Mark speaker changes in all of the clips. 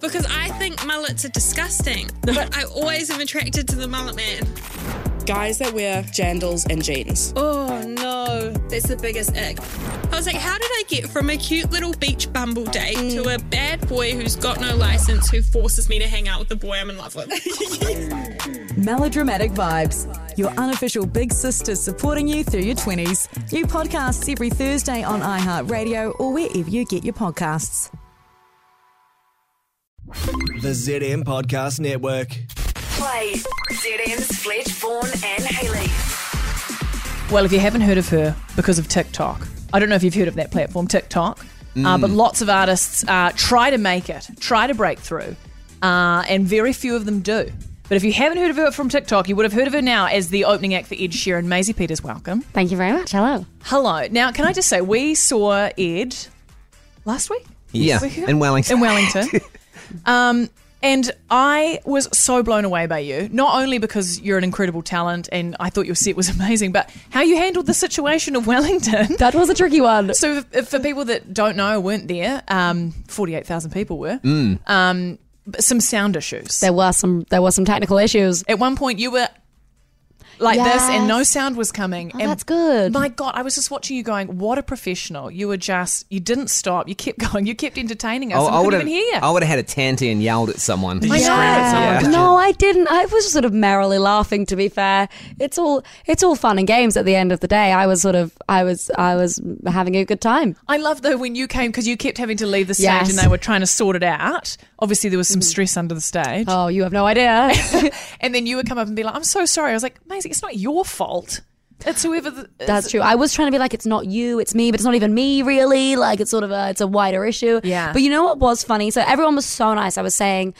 Speaker 1: because I think mullets are disgusting, but I always am attracted to the mullet man.
Speaker 2: Guys that wear jandals and jeans.
Speaker 1: Oh no, that's the biggest ick. I was like, how did I get from a cute little beach bumble date to a bad boy who's got no license who forces me to hang out with the boy I'm in love with?
Speaker 3: Melodramatic Vibes, your unofficial big sister supporting you through your 20s. New podcasts every Thursday on iHeartRadio or wherever you get your podcasts.
Speaker 4: The ZM Podcast Network.
Speaker 5: Play ZM's Fletch, Vaughan, and Haley.
Speaker 6: Well, if you haven't heard of her because of TikTok, I don't know if you've heard of that platform, TikTok, uh, but lots of artists uh, try to make it, try to break through, uh, and very few of them do. But if you haven't heard of her from TikTok, you would have heard of her now as the opening act for Ed Sheeran. Maisie Peters, welcome.
Speaker 7: Thank you very much. Hello.
Speaker 6: Hello. Now, can I just say, we saw Ed last week?
Speaker 8: Yeah,
Speaker 6: Were you-
Speaker 8: in Wellington.
Speaker 6: in Wellington. um, and I was so blown away by you, not only because you're an incredible talent and I thought your set was amazing, but how you handled the situation of Wellington.
Speaker 7: That was a tricky one.
Speaker 6: So, if- if for people that don't know, weren't there, um, 48,000 people were,
Speaker 8: Mm.
Speaker 6: um, but some sound issues.
Speaker 7: There were some there were some technical issues.
Speaker 6: At one point, you were like this and no
Speaker 7: Yes.
Speaker 6: sound was coming.
Speaker 7: Oh,
Speaker 6: and
Speaker 7: that's good.
Speaker 6: My God, I was just watching you going, what a professional. You were just, you didn't stop. You kept going. You kept entertaining us.
Speaker 8: I,
Speaker 6: and
Speaker 8: Oh, I
Speaker 6: we
Speaker 8: would
Speaker 6: couldn't
Speaker 8: have.
Speaker 6: even hear.
Speaker 8: I would have had a tanty and yelled at someone.
Speaker 6: I know.
Speaker 7: Yeah. Um, No, I didn't. I was sort of merrily laughing. To be fair, it's all it's all fun and games. At the end of the day, I was sort of I was I was having a good time.
Speaker 6: I love though when you came because you kept having to leave the stage
Speaker 7: Yes. Mm.
Speaker 6: and they were trying to sort it out. Obviously, there was some stress under the stage,
Speaker 7: Oh, you have no idea.
Speaker 6: and then you would come up and be like, "I'm so sorry." I was like, "Maisie, it's not your fault. It's whoever." The,
Speaker 7: That's true. I was trying to be like, it's not you, it's me, but it's not even me, really. Like, it's sort of a, it's a wider issue.
Speaker 6: Yeah.
Speaker 7: But you know what was funny? So everyone was so nice. I was saying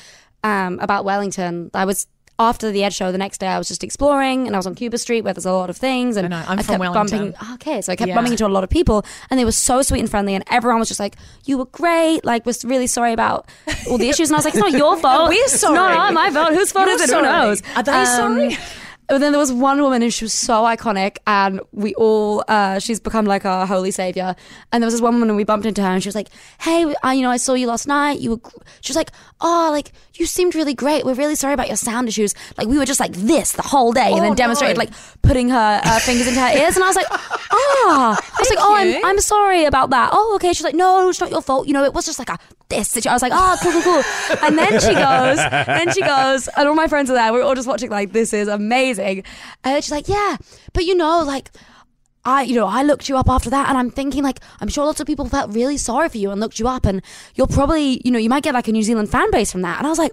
Speaker 7: um, about Wellington. I was after the Ed show the next day. I was just exploring, and I was on Cuba Street where there's a lot of things. And
Speaker 6: I know. I'm from
Speaker 7: kept
Speaker 6: Wellington.
Speaker 7: bumping. Okay, so I kept
Speaker 6: Yeah.
Speaker 7: bumping into a lot of people, and they were so sweet and friendly, and everyone was just like, "You were great. Like, was really sorry about all the issues." And I was like, "It's not your fault.
Speaker 6: We're
Speaker 7: It's not
Speaker 6: sorry.
Speaker 7: my fault. Whose fault
Speaker 6: You're
Speaker 7: is it?
Speaker 6: sorry.
Speaker 7: Who knows? Um,
Speaker 6: Are they sorry?
Speaker 7: But then there was one woman and she was so iconic, and we all, uh, she's become like our holy savior. And there was this one woman and we bumped into her, and she was like, "Hey, I, you know, I saw you last night. You were," gr-" she was like, "Oh, like you seemed really great. We're really sorry about your sound issues. Like we were just like this the whole day, and
Speaker 6: Oh,
Speaker 7: then demonstrated
Speaker 6: no.
Speaker 7: like putting her uh, fingers into her ears." And I was like, "Ah," I was like, "Oh,
Speaker 6: you.
Speaker 7: I'm, I'm sorry about that." Oh, okay. She's like, "No, it's not your fault. You know, it was just like a this." Situation. I was like, "Oh, cool, cool, cool." And then she goes, then she goes, and all my friends are there. We're all just watching like this is amazing. And then she's like, "Yeah, but you know, like." I, you know, I looked you up after that, and I'm thinking, like, I'm sure lots of people felt really sorry for you and looked you up, and you'll probably, you know, you might get like a New Zealand fan base from that. And I was like,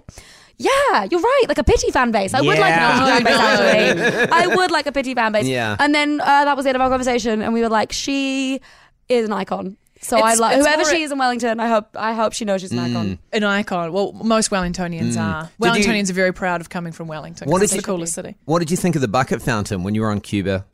Speaker 7: yeah, you're right, like a pity fan base. I would like
Speaker 8: Yeah.
Speaker 7: a pity fan base, actually. I would like a pity fan base.
Speaker 8: Yeah.
Speaker 7: And then uh, that was the end of our conversation, and we were like, she is an icon. So I
Speaker 6: It's-
Speaker 7: like
Speaker 6: it's
Speaker 7: whoever
Speaker 6: more-
Speaker 7: she is in Wellington. I hope I hope she knows she's an
Speaker 8: Mm.
Speaker 7: icon.
Speaker 6: an icon. Well, most Wellingtonians are.
Speaker 8: Hmm. Did you-
Speaker 6: Wellingtonians are very proud of coming from Wellington. 'cause
Speaker 8: What
Speaker 6: it's
Speaker 8: did
Speaker 6: the
Speaker 8: you-
Speaker 6: coolest city.
Speaker 8: What did you think of the bucket fountain when you were on Cuba?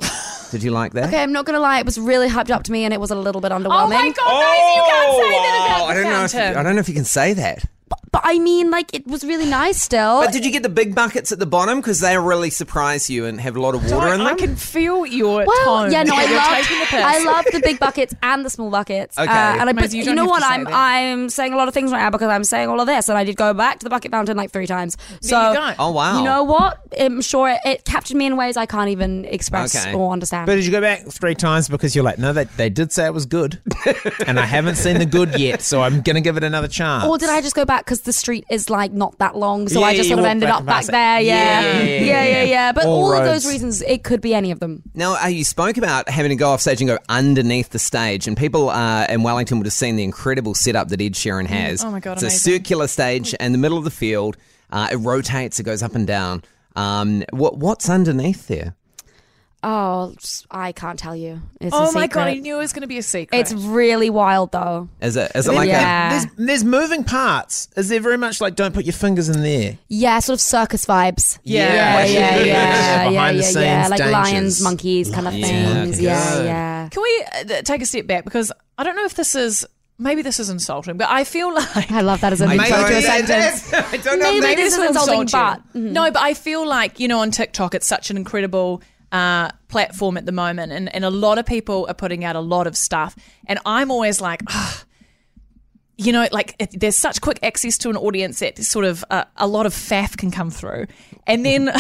Speaker 8: Did you like that?
Speaker 7: Okay, I'm not gonna lie, it was really hyped up to me, and it was a little bit underwhelming.
Speaker 6: Oh my God, Maisie, you can't say that about
Speaker 8: wow.
Speaker 6: the
Speaker 8: Oh, I don't know. If,
Speaker 6: fountain.
Speaker 8: I don't know if you can say that.
Speaker 7: But I mean, like, it was really nice still.
Speaker 8: But did you get the big buckets at the bottom because they really surprise you and have a lot of water in them?
Speaker 6: I can feel your
Speaker 7: Well,
Speaker 6: tone.
Speaker 7: yeah, no, I
Speaker 6: You're
Speaker 7: love,
Speaker 6: taking the piss.
Speaker 7: I love the big buckets and the small buckets. Uh,
Speaker 8: Okay.
Speaker 7: and I, but
Speaker 6: Maisie, you
Speaker 7: you,
Speaker 6: don't
Speaker 7: know
Speaker 6: have to
Speaker 7: what?
Speaker 6: say
Speaker 7: I'm
Speaker 6: that.
Speaker 7: I'm saying a lot of things right now because I'm saying all of this, and I did go back to the bucket fountain like three times. So
Speaker 6: There you go.
Speaker 8: Oh wow!
Speaker 7: you know what? I'm sure it, it captured me in ways I can't even express
Speaker 8: Okay.
Speaker 7: or understand.
Speaker 9: But did you go back three times because you're like, no, they, they did say it was good, and I haven't seen the good yet, so I'm gonna give it another chance.
Speaker 7: or did I just go back because the street is like not that long, so
Speaker 9: Yeah,
Speaker 7: I just
Speaker 9: you
Speaker 7: sort of
Speaker 9: walk
Speaker 7: ended
Speaker 9: back
Speaker 7: up
Speaker 9: and
Speaker 7: back
Speaker 9: pass it.
Speaker 7: there? Yeah, yeah,
Speaker 8: Yeah, yeah,
Speaker 7: yeah.
Speaker 8: yeah, yeah.
Speaker 7: But
Speaker 9: All
Speaker 7: all, of
Speaker 9: roads.
Speaker 7: those reasons, it could be any of them.
Speaker 8: Now, uh, you spoke about having to go off stage and go underneath the stage, and people uh, in Wellington would have seen the incredible setup that Ed
Speaker 7: Mm.
Speaker 8: Sheeran has.
Speaker 6: Oh my God,
Speaker 8: It's a
Speaker 6: amazing.
Speaker 8: circular stage in the middle of the field. Uh, it rotates. It goes up and down. Um, what what's underneath there?
Speaker 7: Oh, I can't tell you. It's a
Speaker 6: Oh my God, I
Speaker 7: secret.
Speaker 6: knew it was going to be a secret.
Speaker 7: It's really wild though.
Speaker 8: Is it is it like
Speaker 7: Yeah.
Speaker 9: there's, there's moving parts. Is there very much like don't put your fingers in there?
Speaker 7: Yeah, sort of circus vibes.
Speaker 9: Yeah.
Speaker 7: yeah, yeah, yeah, yeah, yeah,
Speaker 9: Behind the
Speaker 7: yeah,
Speaker 9: scenes
Speaker 7: like
Speaker 9: dangers.
Speaker 7: lions, monkeys, kind of
Speaker 8: Yeah,
Speaker 7: things.
Speaker 8: okay.
Speaker 7: Yeah,
Speaker 8: Good.
Speaker 7: yeah.
Speaker 6: Can we uh, th- take a step back because I don't know if this is maybe this is insulting, but I feel like
Speaker 7: I love that as an
Speaker 8: a
Speaker 7: intro to a
Speaker 8: Maybe it
Speaker 7: sentence.
Speaker 8: is. I don't know.
Speaker 7: Maybe
Speaker 8: Maybe
Speaker 6: this
Speaker 7: this is
Speaker 6: will
Speaker 7: insulting,
Speaker 6: insult
Speaker 7: but
Speaker 6: you. no, but I feel like you know on TikTok it's such an incredible uh, platform at the moment, and and a lot of people are putting out a lot of stuff, and I'm always like. "Ah, you know, like it, there's such quick access to an audience that sort of uh, a lot of faff can come through, and then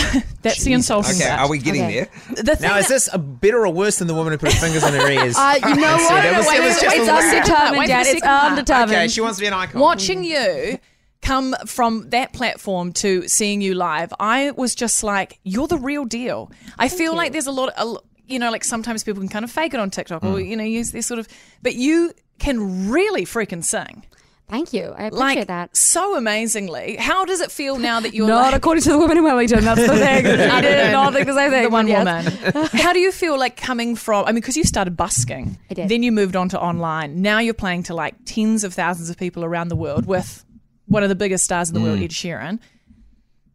Speaker 6: that's the insulting
Speaker 8: Okay,
Speaker 6: part.
Speaker 8: are we getting
Speaker 7: Okay.
Speaker 8: there?
Speaker 6: The thing
Speaker 9: Now, is
Speaker 6: that-
Speaker 9: this a better or worse than the woman who put her fingers in her ears?
Speaker 7: Uh, you know
Speaker 9: see,
Speaker 7: what?
Speaker 9: that was-
Speaker 7: Wait,
Speaker 9: it was
Speaker 7: wait,
Speaker 9: just
Speaker 7: it's
Speaker 9: a little-
Speaker 6: Wait
Speaker 7: undetermined,
Speaker 6: for
Speaker 7: Dad.
Speaker 6: the
Speaker 7: It's
Speaker 6: second part.
Speaker 7: undetermined.
Speaker 9: okay, she wants to be an icon.
Speaker 6: Watching you come from that platform to seeing you live, I was just like, you're the real deal. I feel like there's a lot of, a l- you know, like sometimes people can kind of fake it on TikTok
Speaker 7: Mm.
Speaker 6: or, you know, use this sort of, but you can really freaking sing.
Speaker 7: Thank you. I appreciate
Speaker 6: Like,
Speaker 7: that.
Speaker 6: so amazingly. How does it feel now that you're
Speaker 7: Not
Speaker 6: like,
Speaker 7: according to the women in Wellington. That's the thing. I did not think the same thing.
Speaker 6: the one
Speaker 7: but yes.
Speaker 6: woman. How do you feel like coming from? I mean, because you started busking,
Speaker 7: I did.
Speaker 6: then you moved on to online. Now you're playing to like tens of thousands of people around the world with one of the biggest stars in the world, Ed Sheeran.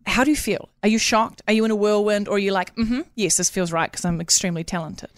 Speaker 6: How do you feel? Are you shocked? Are you in a whirlwind? Or are you like, mm-hmm, yes, this feels right because I'm extremely talented?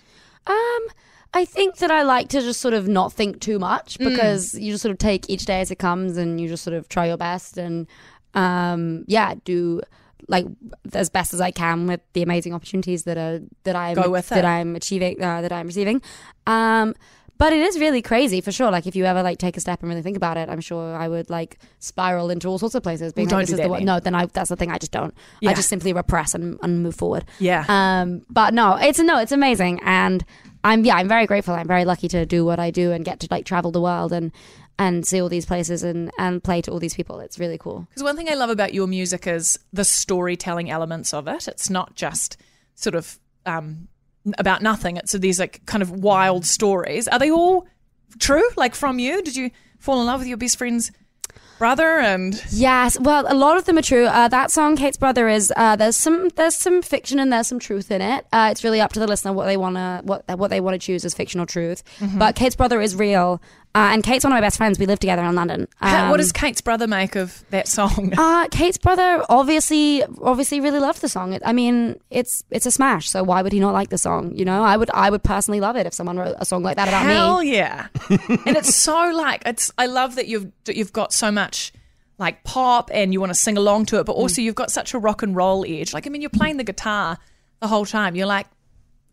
Speaker 7: Um, I think that I like to just sort of not think too much
Speaker 6: Mm.
Speaker 7: because you just sort of take each day as it comes and you just sort of try your best and um, yeah, do like as best as I can with the amazing opportunities that are that I'm
Speaker 6: Go with
Speaker 7: that
Speaker 6: it.
Speaker 7: I'm achieving uh, that I'm receiving. Um, but it is really crazy for sure. Like if you ever like take a step and really think about it, I'm sure I would like spiral into all sorts of places. Being
Speaker 6: Well, don't
Speaker 7: like, this
Speaker 6: do
Speaker 7: is
Speaker 6: that
Speaker 7: the one.
Speaker 6: then.
Speaker 7: No, then I that's the thing. I just don't.
Speaker 6: Yeah.
Speaker 7: I just simply repress and, and move forward.
Speaker 6: Yeah.
Speaker 7: Um, but no, it's no, it's amazing, and I'm yeah, I'm very grateful. I'm very lucky to do what I do and get to like travel the world and and see all these places and and play to all these people. It's really cool.
Speaker 6: Because one thing I love about your music is the storytelling elements of it. It's not just sort of um, n- about nothing. It's these like kind of wild stories. Are they all true? Like from you? Did you fall in love with your best friend's brother? And
Speaker 7: Yes, well, a lot of them are true. Uh, that song, Kate's brother, is uh, there's some there's some fiction and there's some truth in it. Uh, it's really up to the listener what they wanna what what they wanna choose as fiction or truth. But Kate's brother is real, uh, and Kate's one of my best friends. We live together in London.
Speaker 6: How- what
Speaker 7: Um,
Speaker 6: does Kate's brother make of that song?
Speaker 7: Uh, Kate's brother obviously obviously really loved the song. It, I mean, it's it's a smash. So why would he not like the song? You know, I would I would personally love it if someone wrote a song like that about
Speaker 6: Hell
Speaker 7: me.
Speaker 6: yeah! and it's so like it's. I love that you've that you've got so much like pop, and you want to sing along to it,
Speaker 7: Mm.
Speaker 6: but also you've got such a rock and roll edge. Like I mean, you're playing the guitar the whole time. You're like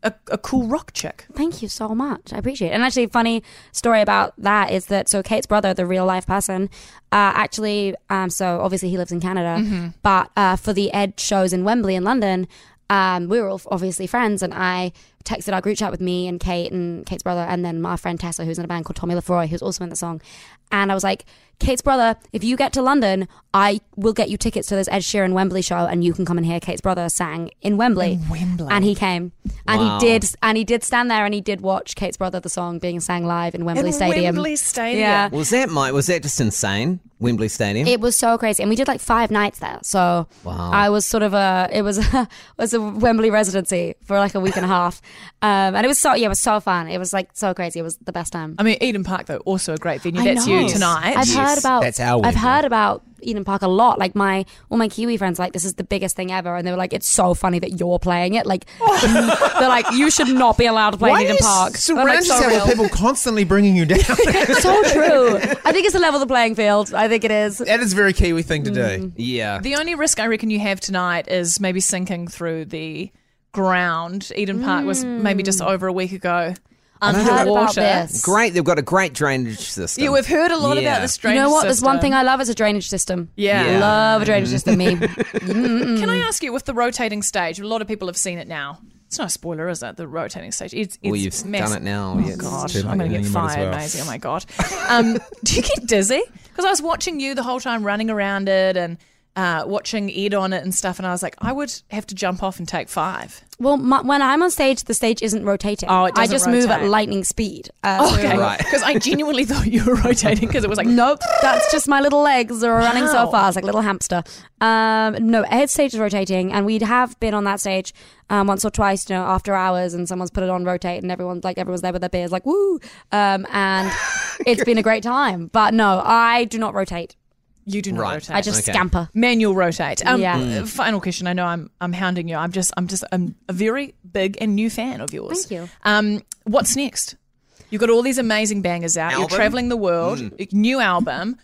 Speaker 6: a, a cool rock chick.
Speaker 7: Thank you so much. I appreciate it. And actually, funny story about that is that so Kate's brother, the real life person, uh, actually, um, so obviously he lives in Canada, but uh, for the Ed shows in Wembley in London. Um, we were all obviously friends, and I texted our group chat with me and Kate and Kate's brother, and then my friend Tessa, who's in a band called Tommy Lefroy, who's also in the song. And I was like, Kate's brother, if you get to London, I will get you tickets to this Ed Sheeran Wembley show, and you can come and hear Kate's brother sang in Wembley. Wembley. And he came, and
Speaker 8: Wow.
Speaker 7: he did, and he did stand there, and he did watch Kate's brother the song being sang live in Wembley
Speaker 6: In
Speaker 7: Stadium.
Speaker 6: Wembley Stadium.
Speaker 7: Yeah.
Speaker 8: Was that my? Was that just insane? Wembley Stadium.
Speaker 7: It was so crazy, and we did like five nights there. So
Speaker 8: Wow.
Speaker 7: I was sort of a it was a, was a Wembley residency for like a week and a half, um, and it was so yeah, it was so fun. It was like so crazy. It was the best time.
Speaker 6: I mean, Eden Park though, also a great venue.
Speaker 7: I
Speaker 6: That's
Speaker 7: know.
Speaker 6: you tonight.
Speaker 7: I've heard about
Speaker 9: that's our
Speaker 7: I've
Speaker 9: Wembley.
Speaker 7: heard about Eden Park a lot. Like my all my Kiwi friends, like this is the biggest thing ever, and they were like, "It's so funny that you're playing it." Like they're like, "You should not be allowed to play in Eden Park." And I'm
Speaker 9: surround
Speaker 7: like,
Speaker 9: yourself
Speaker 7: so
Speaker 9: with
Speaker 7: real.
Speaker 9: people constantly bringing you down?
Speaker 7: so true. I think it's the level of the playing field. I think it is.
Speaker 9: that is a very Kiwi thing to
Speaker 7: Mm.
Speaker 9: do.
Speaker 8: yeah.
Speaker 6: the only risk I reckon you have tonight is maybe sinking through the ground. Eden Park was maybe just over a week ago
Speaker 7: Mm. Heard about
Speaker 6: underwater.
Speaker 7: this.
Speaker 8: great. They've got a great drainage system.
Speaker 6: Yeah, we've heard a lot
Speaker 8: Yeah.
Speaker 6: about the
Speaker 7: You
Speaker 6: strange.
Speaker 7: know what? There's one thing
Speaker 6: I
Speaker 7: I love is a drainage system.
Speaker 6: Yeah. Yeah.
Speaker 7: love a
Speaker 9: Mm.
Speaker 7: drainage system. Me. Mm-mm.
Speaker 6: can. I
Speaker 8: Mm.
Speaker 6: ask you with the rotating stage? A lot of people have seen it now. It's not a spoiler, is it? The rotating stage. It's, it's
Speaker 8: Well, you've done
Speaker 6: massive.
Speaker 8: it now.
Speaker 6: Oh
Speaker 8: Yes.
Speaker 6: god,
Speaker 9: Too
Speaker 6: I'm
Speaker 9: late.
Speaker 6: going to get
Speaker 9: You might as
Speaker 6: fired,
Speaker 9: well.
Speaker 6: Maisie. Oh my god. Um, do you get dizzy? Because I was watching you the whole time running around it and uh, watching Ed on it and stuff, and I was like, I would have to jump off and take five.
Speaker 7: well, my, when I'm on stage, the stage isn't rotating.
Speaker 6: Oh, it
Speaker 7: I
Speaker 6: doesn't
Speaker 7: just move at
Speaker 6: rotate.
Speaker 7: lightning speed. Uh, so-
Speaker 6: Okay,
Speaker 8: Right. Mm.
Speaker 6: because I genuinely thought you were rotating because it was like
Speaker 7: Nope, that's just my little legs are running so
Speaker 6: Wow.
Speaker 7: fast, like little hamster. Um, no, head stage is rotating, and we'd have been on that stage um, once or twice, you know, after hours, and someone's put it on rotate, and everyone's like, everyone's there with their beers, like woo, um, and it's been a great time. But no, I do not rotate;
Speaker 6: you do not
Speaker 8: Right.
Speaker 6: rotate.
Speaker 7: I just
Speaker 8: Okay.
Speaker 7: scamper.
Speaker 6: manual rotate. Um,
Speaker 7: Yeah.
Speaker 6: Final question. I know I'm I'm hounding you. I'm just I'm just I'm a very big and new fan of yours.
Speaker 7: Thank you.
Speaker 6: Um, what's next? You've got all these amazing bangers out.
Speaker 8: Album?
Speaker 6: You're traveling the world. New album.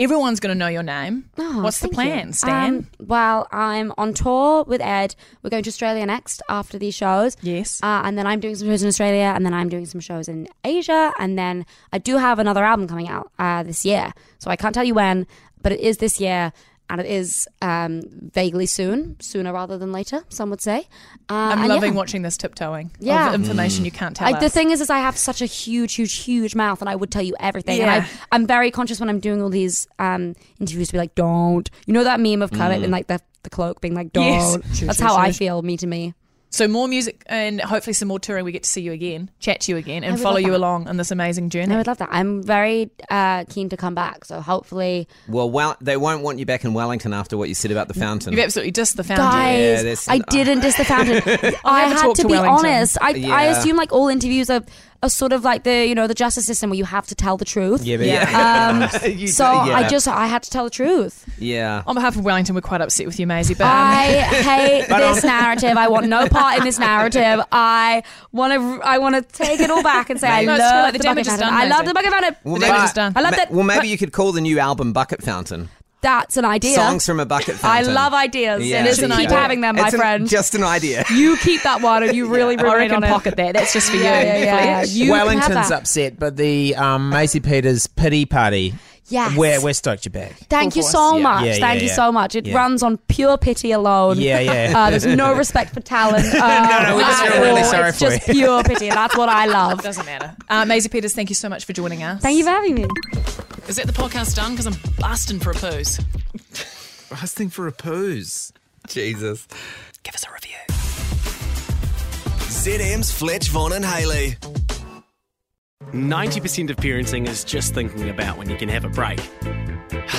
Speaker 6: Everyone's going to know your name.
Speaker 7: Oh,
Speaker 6: What's the
Speaker 7: thank
Speaker 6: plan,
Speaker 7: you.
Speaker 6: Stan?
Speaker 7: Um, well, I'm on tour with Ed. We're going to Australia next after these shows.
Speaker 6: Yes.
Speaker 7: Uh, and then I'm doing some shows in Australia, and then I'm doing some shows in Asia, and then I do have another album coming out uh, this year. So I can't tell you when, but it is this year, and it is um, vaguely soon, sooner rather than later, some would say. Uh,
Speaker 6: I'm
Speaker 7: and
Speaker 6: loving
Speaker 7: yeah.
Speaker 6: watching this tiptoeing
Speaker 7: Yeah.
Speaker 6: of information you can't tell
Speaker 7: I, the
Speaker 6: us.
Speaker 7: thing is, is I have such a huge, huge, huge mouth, and I would tell you everything. And
Speaker 6: Yeah.
Speaker 7: I, I'm very conscious when I'm doing all these um, interviews to be like, "Don't." You know that meme of Kermit and like the, the cloak being like, "Don't."
Speaker 6: Mm. Yes. Shush,
Speaker 7: That's
Speaker 6: shush,
Speaker 7: how I
Speaker 6: shush.
Speaker 7: feel. Me to me.
Speaker 6: so more music and hopefully some more touring. We get to see you again, chat to you again,
Speaker 7: I
Speaker 6: and
Speaker 7: would
Speaker 6: follow
Speaker 7: love
Speaker 6: you
Speaker 7: that.
Speaker 6: along on this amazing journey.
Speaker 7: I would love that. I'm very uh, keen to come back. So hopefully,
Speaker 8: Well, well, they won't want you back in Wellington after what you said about the fountain.
Speaker 6: You've absolutely dissed the founder.
Speaker 7: guys,
Speaker 8: there's-
Speaker 7: I didn't diss the fountain. I
Speaker 6: never
Speaker 7: had
Speaker 6: talk
Speaker 7: to,
Speaker 6: to
Speaker 7: be
Speaker 6: Wellington.
Speaker 7: honest. I, I
Speaker 8: Yeah.
Speaker 7: assume like all interviews are, are sort of like the you know the justice system where you have to tell the truth.
Speaker 8: yeah, but
Speaker 7: Um,
Speaker 8: You-
Speaker 7: so
Speaker 8: yeah.
Speaker 7: I just I had to tell the truth.
Speaker 8: yeah.
Speaker 6: On behalf of Wellington, we're quite upset with you, Maisie. But um,
Speaker 7: I hate this narrative. I want no part in this narrative. I want to. I want to take it all back and say I
Speaker 6: No, it's fine.
Speaker 7: love
Speaker 6: The
Speaker 7: the,
Speaker 6: damage
Speaker 7: bucket
Speaker 6: is
Speaker 7: fountain.
Speaker 6: done,
Speaker 7: I love
Speaker 6: Maisie.
Speaker 7: the bucket fountain.
Speaker 8: Well,
Speaker 6: damage is done.
Speaker 7: I love
Speaker 8: ma-
Speaker 7: that.
Speaker 8: Well, maybe you could call the new album Bucket Fountain.
Speaker 7: That's an idea.
Speaker 8: Songs from a bucket
Speaker 7: I
Speaker 8: fountain.
Speaker 7: love ideas.
Speaker 8: Yeah.
Speaker 7: and
Speaker 8: It is
Speaker 7: keep
Speaker 8: an idea.
Speaker 7: having them, my
Speaker 8: It's an-
Speaker 7: friend.
Speaker 8: just an idea.
Speaker 7: you keep that one, and you really,
Speaker 6: I
Speaker 7: really
Speaker 6: reckon
Speaker 7: on it.
Speaker 6: pocket that. That's just for
Speaker 7: Yeah,
Speaker 6: you.
Speaker 7: yeah, yeah. You can have
Speaker 9: Wellington's
Speaker 7: that.
Speaker 9: upset, but the um, Macy Peters pity party.
Speaker 7: Yes.
Speaker 9: We're, we're stoked you're back.
Speaker 7: Thank you
Speaker 6: force.
Speaker 7: so
Speaker 9: Yeah.
Speaker 7: much.
Speaker 9: Yeah, yeah,
Speaker 7: Thank you
Speaker 9: yeah.
Speaker 7: so much. It
Speaker 9: Yeah.
Speaker 7: runs on pure pity alone.
Speaker 9: Yeah, yeah.
Speaker 7: Uh, there's no respect for talent. Uh,
Speaker 9: no, we just
Speaker 7: at
Speaker 9: feel really
Speaker 7: all.
Speaker 9: sorry
Speaker 7: it's
Speaker 9: for
Speaker 7: just pure pity, and that's what I love.
Speaker 6: Doesn't matter. Uh, Maisie Peters, thank you so much for joining us.
Speaker 7: Thank you for having me.
Speaker 10: Is that the podcast done? Because I'm blasting for a poos.
Speaker 8: Busting for a pose. Jesus.
Speaker 10: Give us a review.
Speaker 4: ZM's Fletch, Vaughn, and Haley.
Speaker 11: 90% of parenting is just thinking about when you can have a break.